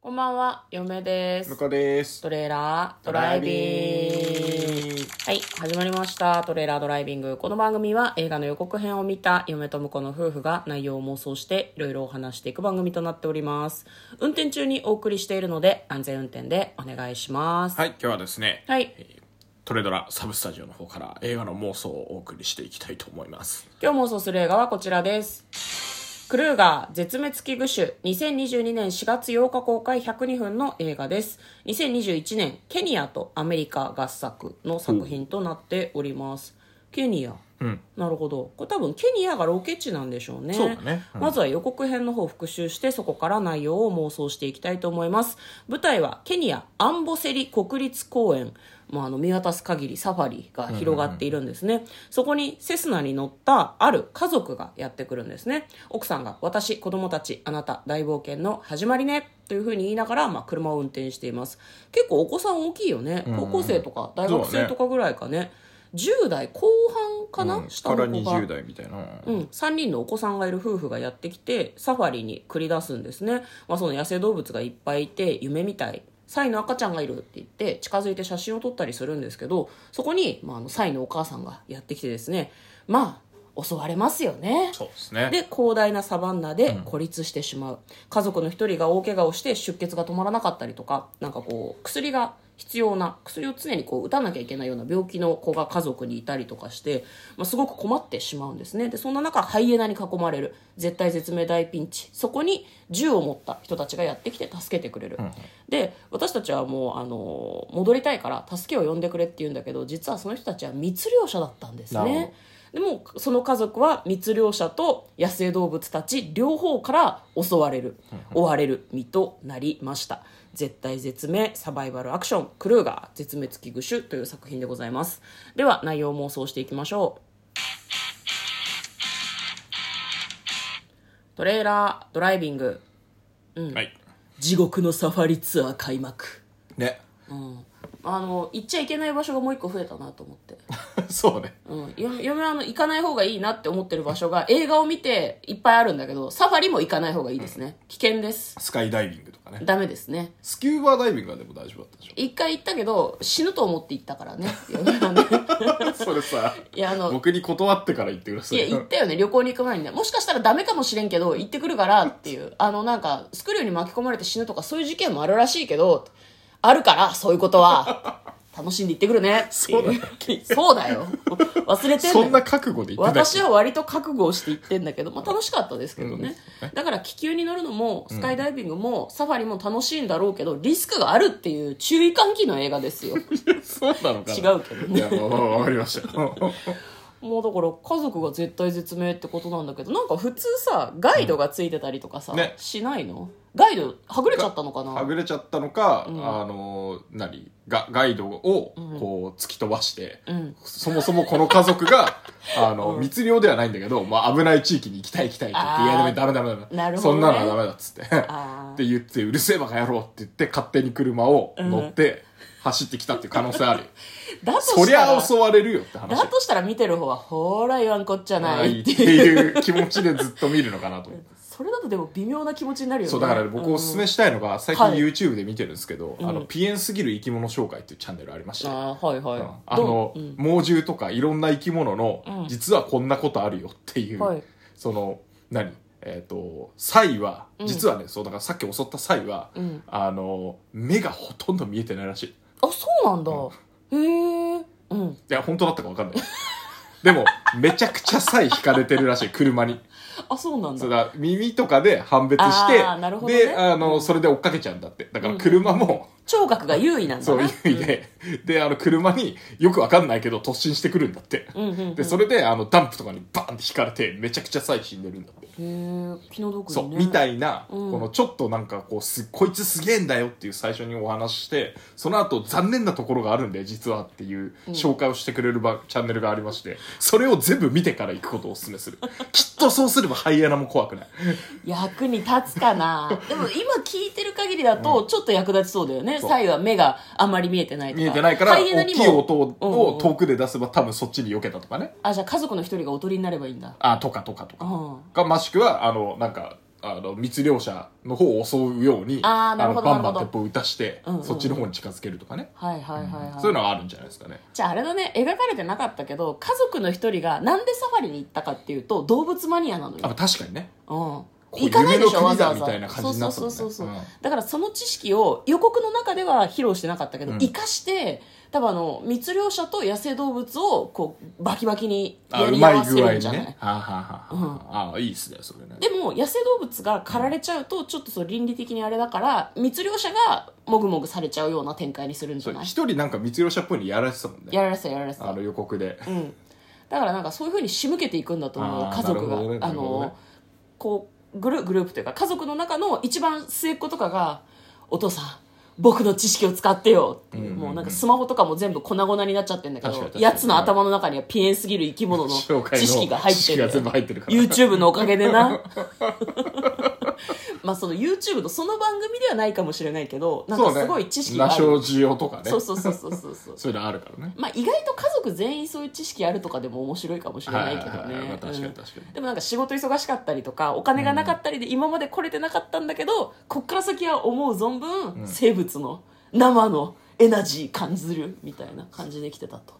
こんばんは、嫁です向。こうです。トレーラードライビング。ング。はい、始まりました。トレーラードライビング。この番組は映画の予告編を見た嫁と婿の夫婦が内容を妄想していろいろお話していく番組となっております。運転中にお送りしているので安全運転でお願いします。はい、今日はですね、はいえートレドラサブスタジオの方から映画の妄想をお送りしていきたいと思います。今日妄想する映画はこちらです。クルーガー絶滅危惧種2022年4月8日公開102分の映画です。2021年ケニアとアメリカ合作の作品となっております。ケニア。なるほどこれ多分ケニアがロケ地なんでしょうねそうだねうんまずは予告編の方を復習してそこから内容を妄想していきたいと思います舞台はケニアアンボセリ国立公園、まあ、あの見渡す限りサファリが広がっているんですね、そこにセスナに乗ったある家族がやってくるんですね奥さんが「私子供たちあなた大冒険の始まりね」というふうに言いながら、まあ、車を運転しています結構お子さん大きいよね高校生とか大学生とかぐらいかね10代後半かな、うん下の子から20が、代みたいな。うん、3人のお子さんがいる夫婦がやってきてサファリに繰り出すんですね、まあ、その野生動物がいっぱいいて夢みたいサイの赤ちゃんがいるって言って近づいて写真を撮ったりするんですけどそこに、まあ、あのサイのお母さんがやってきてですねまあ襲われますよねそうですね。で広大なサバンナで孤立してしまう、家族の一人が大怪我をして出血が止まらなかったりとかなんかこう薬が必要な薬を常にこう打たなきゃいけないような病気の子が家族にいたりとかして、まあ、すごく困ってしまうんですねでそんな中ハイエナに囲まれる絶対絶命大ピンチそこに銃を持った人たちがやってきて助けてくれる、で私たちはもうあの戻りたいから助けを呼んでくれって言うんだけど実はその人たちは密猟者だったんですなるほねど。でもその家族は密猟者と野生動物たち両方から襲われる追われる身となりました絶対絶命サバイバルアクションクルーガー絶滅危惧種という作品でございますでは内容を妄想していきましょうトレーラードライビングはい。地獄のサファリツアー開幕ね。 あの行っちゃいけない場所がもう一個増えたなと思ってそうね。うん、嫁嫁はあの行かない方がいいなって思ってる場所が映画を見ていっぱいあるんだけどサファリも行かない方がいいですね危険ですスカイダイビングとかね。ダメですねスキューバダイビングはでも大丈夫だったでし一回行ったけど死ぬと思って行ったからね嫁は ねょ。それさ、いやあの僕に断ってから言ってくださいやいよ。行ったよね旅行に行く前にねもしかしたらダメかもしれんけど行ってくるからっていうあのなんかスクリューに巻き込まれて死ぬとかそういう事件もあるらしいけどあるからそういうこと は楽しんで行ってくるねっていそそうだっうだよ忘れてんだよそんな覚悟で言ってない。私は割と覚悟をして行ってんだけど、まあ、楽しかったですけどね、だから気球に乗るのもスカイダイビングも、サファリも楽しいんだろうけどリスクがあるっていう注意喚起の映画です よそうなのかな。違うけどねいや、もうわかりましたよ。もうだから家族が絶対絶命ってことなんだけどなんか普通さガイドがついてたりとかさ、うんねしないのガイドはぐれちゃったのかはなぐれちゃったのか、あの何ガガイドをこう突き飛ばして、んそもそもこの家族が あの、密漁ではないんだけど、まあ、危ない地域に行きたい行きたいって言っあてーいやダメダメダメダメなるほどねそんなのはダメだっつって あって言ってうるせえバカ野郎って言って勝手に車を乗って走ってきたっていう可能性 あるよ、ーだとそしたりらゃ襲われるよって話だとしたら見てる方はほーら言わんこっちゃはないいっってていういう気持ちでずっと見るのかな と思ってそれだとでも微妙な気持ちになるよねそうだから僕おすすめしたいのが最近 YouTube で見てるんですけど、あのピエンすぎる生き物紹介っていうチャンネルありましてあーはいはい、うんあの、猛獣とかいろんな生き物の、実はこんなことあるよっていう、はいその何えっ、とサイは実はね、そうだからさっき襲ったサイは、んあの目がほとんど見えてないらしいいあそうなんだ、へえうんや本当だったか分かんない でもめちゃくちゃサイ引かれてるらしい車にあそうなんだそうだ耳とかで判別してあーなるほどねであの、それで追っかけちゃうんだってだから車も、聴覚が優位なんだな そういう意味で、であの車によく分かんないけど突進してくるんだって、うんうんうんでそれであのダンプとかにバーンって引かれてめちゃくちゃ最死んでるんだって、へえ気の毒そうにねみたいな、うんこのちょっとなんかこうすこいつすげえんだよっていう最初にお話ししてその後残念なところがあるんで実はっていう紹介をしてくれるば、チャンネルがありましてそれを全部見てから行くことをお勧めする きっとそうすればハイエナも怖くない役に立つか なでも今聞いてる限りだとちょっと役立ちそうだよねそうサイは目があんまり見えてないとか見えてないからハイエナ大にきいも音をうんうをん遠くで出せば多分そっちに避けたとかねあじゃあ家族の一人がおとりになればいいんだあとかとかとかうんが、ましくは、あの、なんか、あの密漁者の方を襲うようにあーなるのほどバンバンなる鉄ほど砲を撃たして、うんうんうんそっちの方に近づけるとかね、はいはいはいはい、そういうのはあるんじゃないですかねじゃああれだね描かれてなかったけど家族の一人がなんでサファリに行ったかっていうと動物マニアなのよあ確かにねうん、こう行かないでしょ夢のわ国だざわざみたいな感じになったもんねそうそうそうそう、うんだからその知識を予告の中では披露してなかったけど、うん生かして多分あの密猟者と野生動物をこうバキバキにあやうり合まいわせ具合るんにじゃないねはあ、はあはあはああいいですねそれねでも野生動物が狩られちゃうとちょっとその倫理的にあれだから密猟者がもぐもぐされちゃうような展開にするんじそゃれない一人なんか密漁者っぽいのやられてたもんねやられてたやられてたあの予告でうん、だからなんかそういうふうに仕向けていくんだと思うあー家族なるほどねが、あなるほどねのこうグルグループというか家族の中の一番末っ子とかが「お父さん僕の知識を使ってよ」っていう,、うんうんうんもうなんかスマホとかも全部粉々になっちゃってるんだけ確かにど確かにやつの頭の中にはピエンすぎる生き物の紹介 の知識が入って知識がる全部入ってるから YouTube のおかげでなまあその YouTube のその番組ではないかもしれないけどなんかすごい知識があそうねるナショジオとかねそうそうそうそうそうそうそういうのあるからねまあ、意外と家族全員そういう知識あるとかでも面白いかもしれないけどはいはいはいまねあ確かに確かにうんでもなんか仕事忙しかったりとかお金がなかったりで今まで来れてなかったんだけど、こっから先は思う存分生物の生のエナジー感じるみたいな感じで来てたと、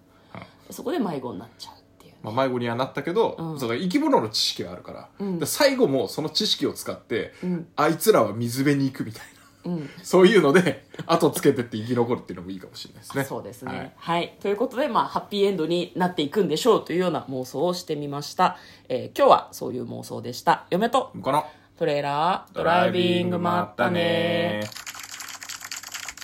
そこで迷子になっちゃうっていうまあ、迷子にはなったけど、うんその生き物の知識があるから,、ん最後もその知識を使って、うんあいつらは水辺に行くみたいうんな そういうので後つけてって生き残るっていうのもいいかもしれないですねそうですはねい、はいということで、まあ、ハッピーエンドになっていくんでしょうというような妄想をしてみました、えー今日はそういう妄想でした嫁とこのトレーラードライビングまったねー